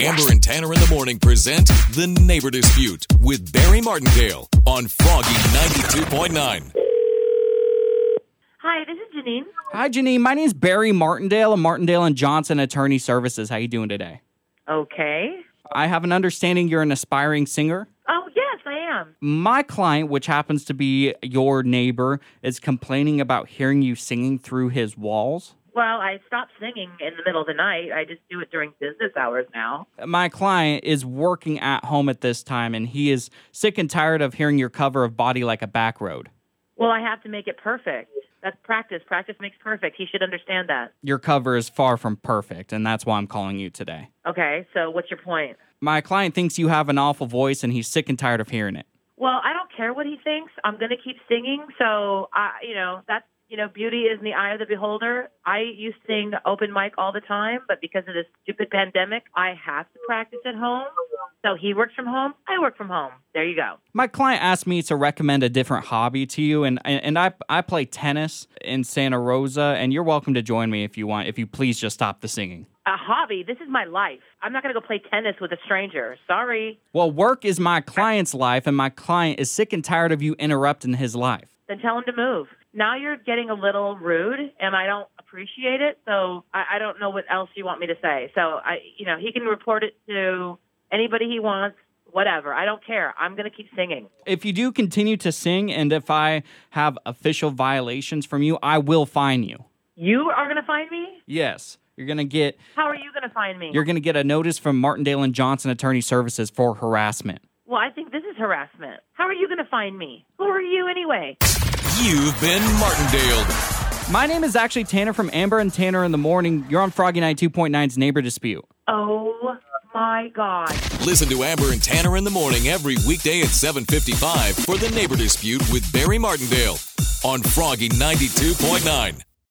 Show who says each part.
Speaker 1: Amber and Tanner in the morning present The Neighbor Dispute with Barry Martindale on Froggy 92.9.
Speaker 2: Hi, this is Janine.
Speaker 3: Hi, Janine. My name is Barry Martindale of Martindale and Johnson Attorney Services. How you doing today?
Speaker 2: Okay.
Speaker 3: I have an understanding you're an aspiring singer.
Speaker 2: Oh, yes, I am.
Speaker 3: My client, which happens to be your neighbor, is complaining about hearing you singing through his walls.
Speaker 2: Well, I stopped singing in the middle of the night. I just do it during business hours now.
Speaker 3: My client is working at home at this time, and he is sick and tired of hearing your cover of Body Like a Back Road.
Speaker 2: Well, I have to make it perfect. That's practice. Practice makes perfect. He should understand that.
Speaker 3: Your cover is far from perfect, and that's why I'm calling you today.
Speaker 2: Okay, so what's your point?
Speaker 3: My client thinks you have an awful voice, and he's sick and tired of hearing it.
Speaker 2: Well, I don't care what he thinks. I'm going to keep singing. So, I, you know, that's, you know, beauty is in the eye of the beholder. I used to sing open mic all the time, but because of this stupid pandemic, I have to practice at home. So he works from home. I work from home. There you go.
Speaker 3: My client asked me to recommend a different hobby to you, and and I I play tennis in Santa Rosa, and you're welcome to join me if you want. If you please just stop the singing.
Speaker 2: A hobby. This is my life. I'm not going to go play tennis with a stranger. Sorry.
Speaker 3: Well, work is my client's life, and my client is sick and tired of you interrupting his life.
Speaker 2: Then tell him to move. Now you're getting a little rude, and I don't appreciate it. So I, I don't know what else you want me to say. So I, you know, he can report it to anybody he wants. Whatever. I don't care. I'm going to keep singing.
Speaker 3: If you do continue to sing, and if I have official violations from you, I will fine you.
Speaker 2: You are going to find me.
Speaker 3: Yes, you're gonna get
Speaker 2: How are you going to find me?
Speaker 3: you're gonna get a notice from Martindale and Johnson Attorney Services for harassment.
Speaker 2: well, I think this is harassment. How are you going to find me? Who are you anyway?
Speaker 1: You've been Martindale.
Speaker 3: My name is actually Tanner from Amber and Tanner in the Morning. You're on Froggy Night 2.9's Neighbor Dispute.
Speaker 2: Oh my God.
Speaker 1: Listen to Amber and Tanner in the morning every weekday at 7:55 for The Neighbor Dispute with Barry Martindale on Froggy 92.9.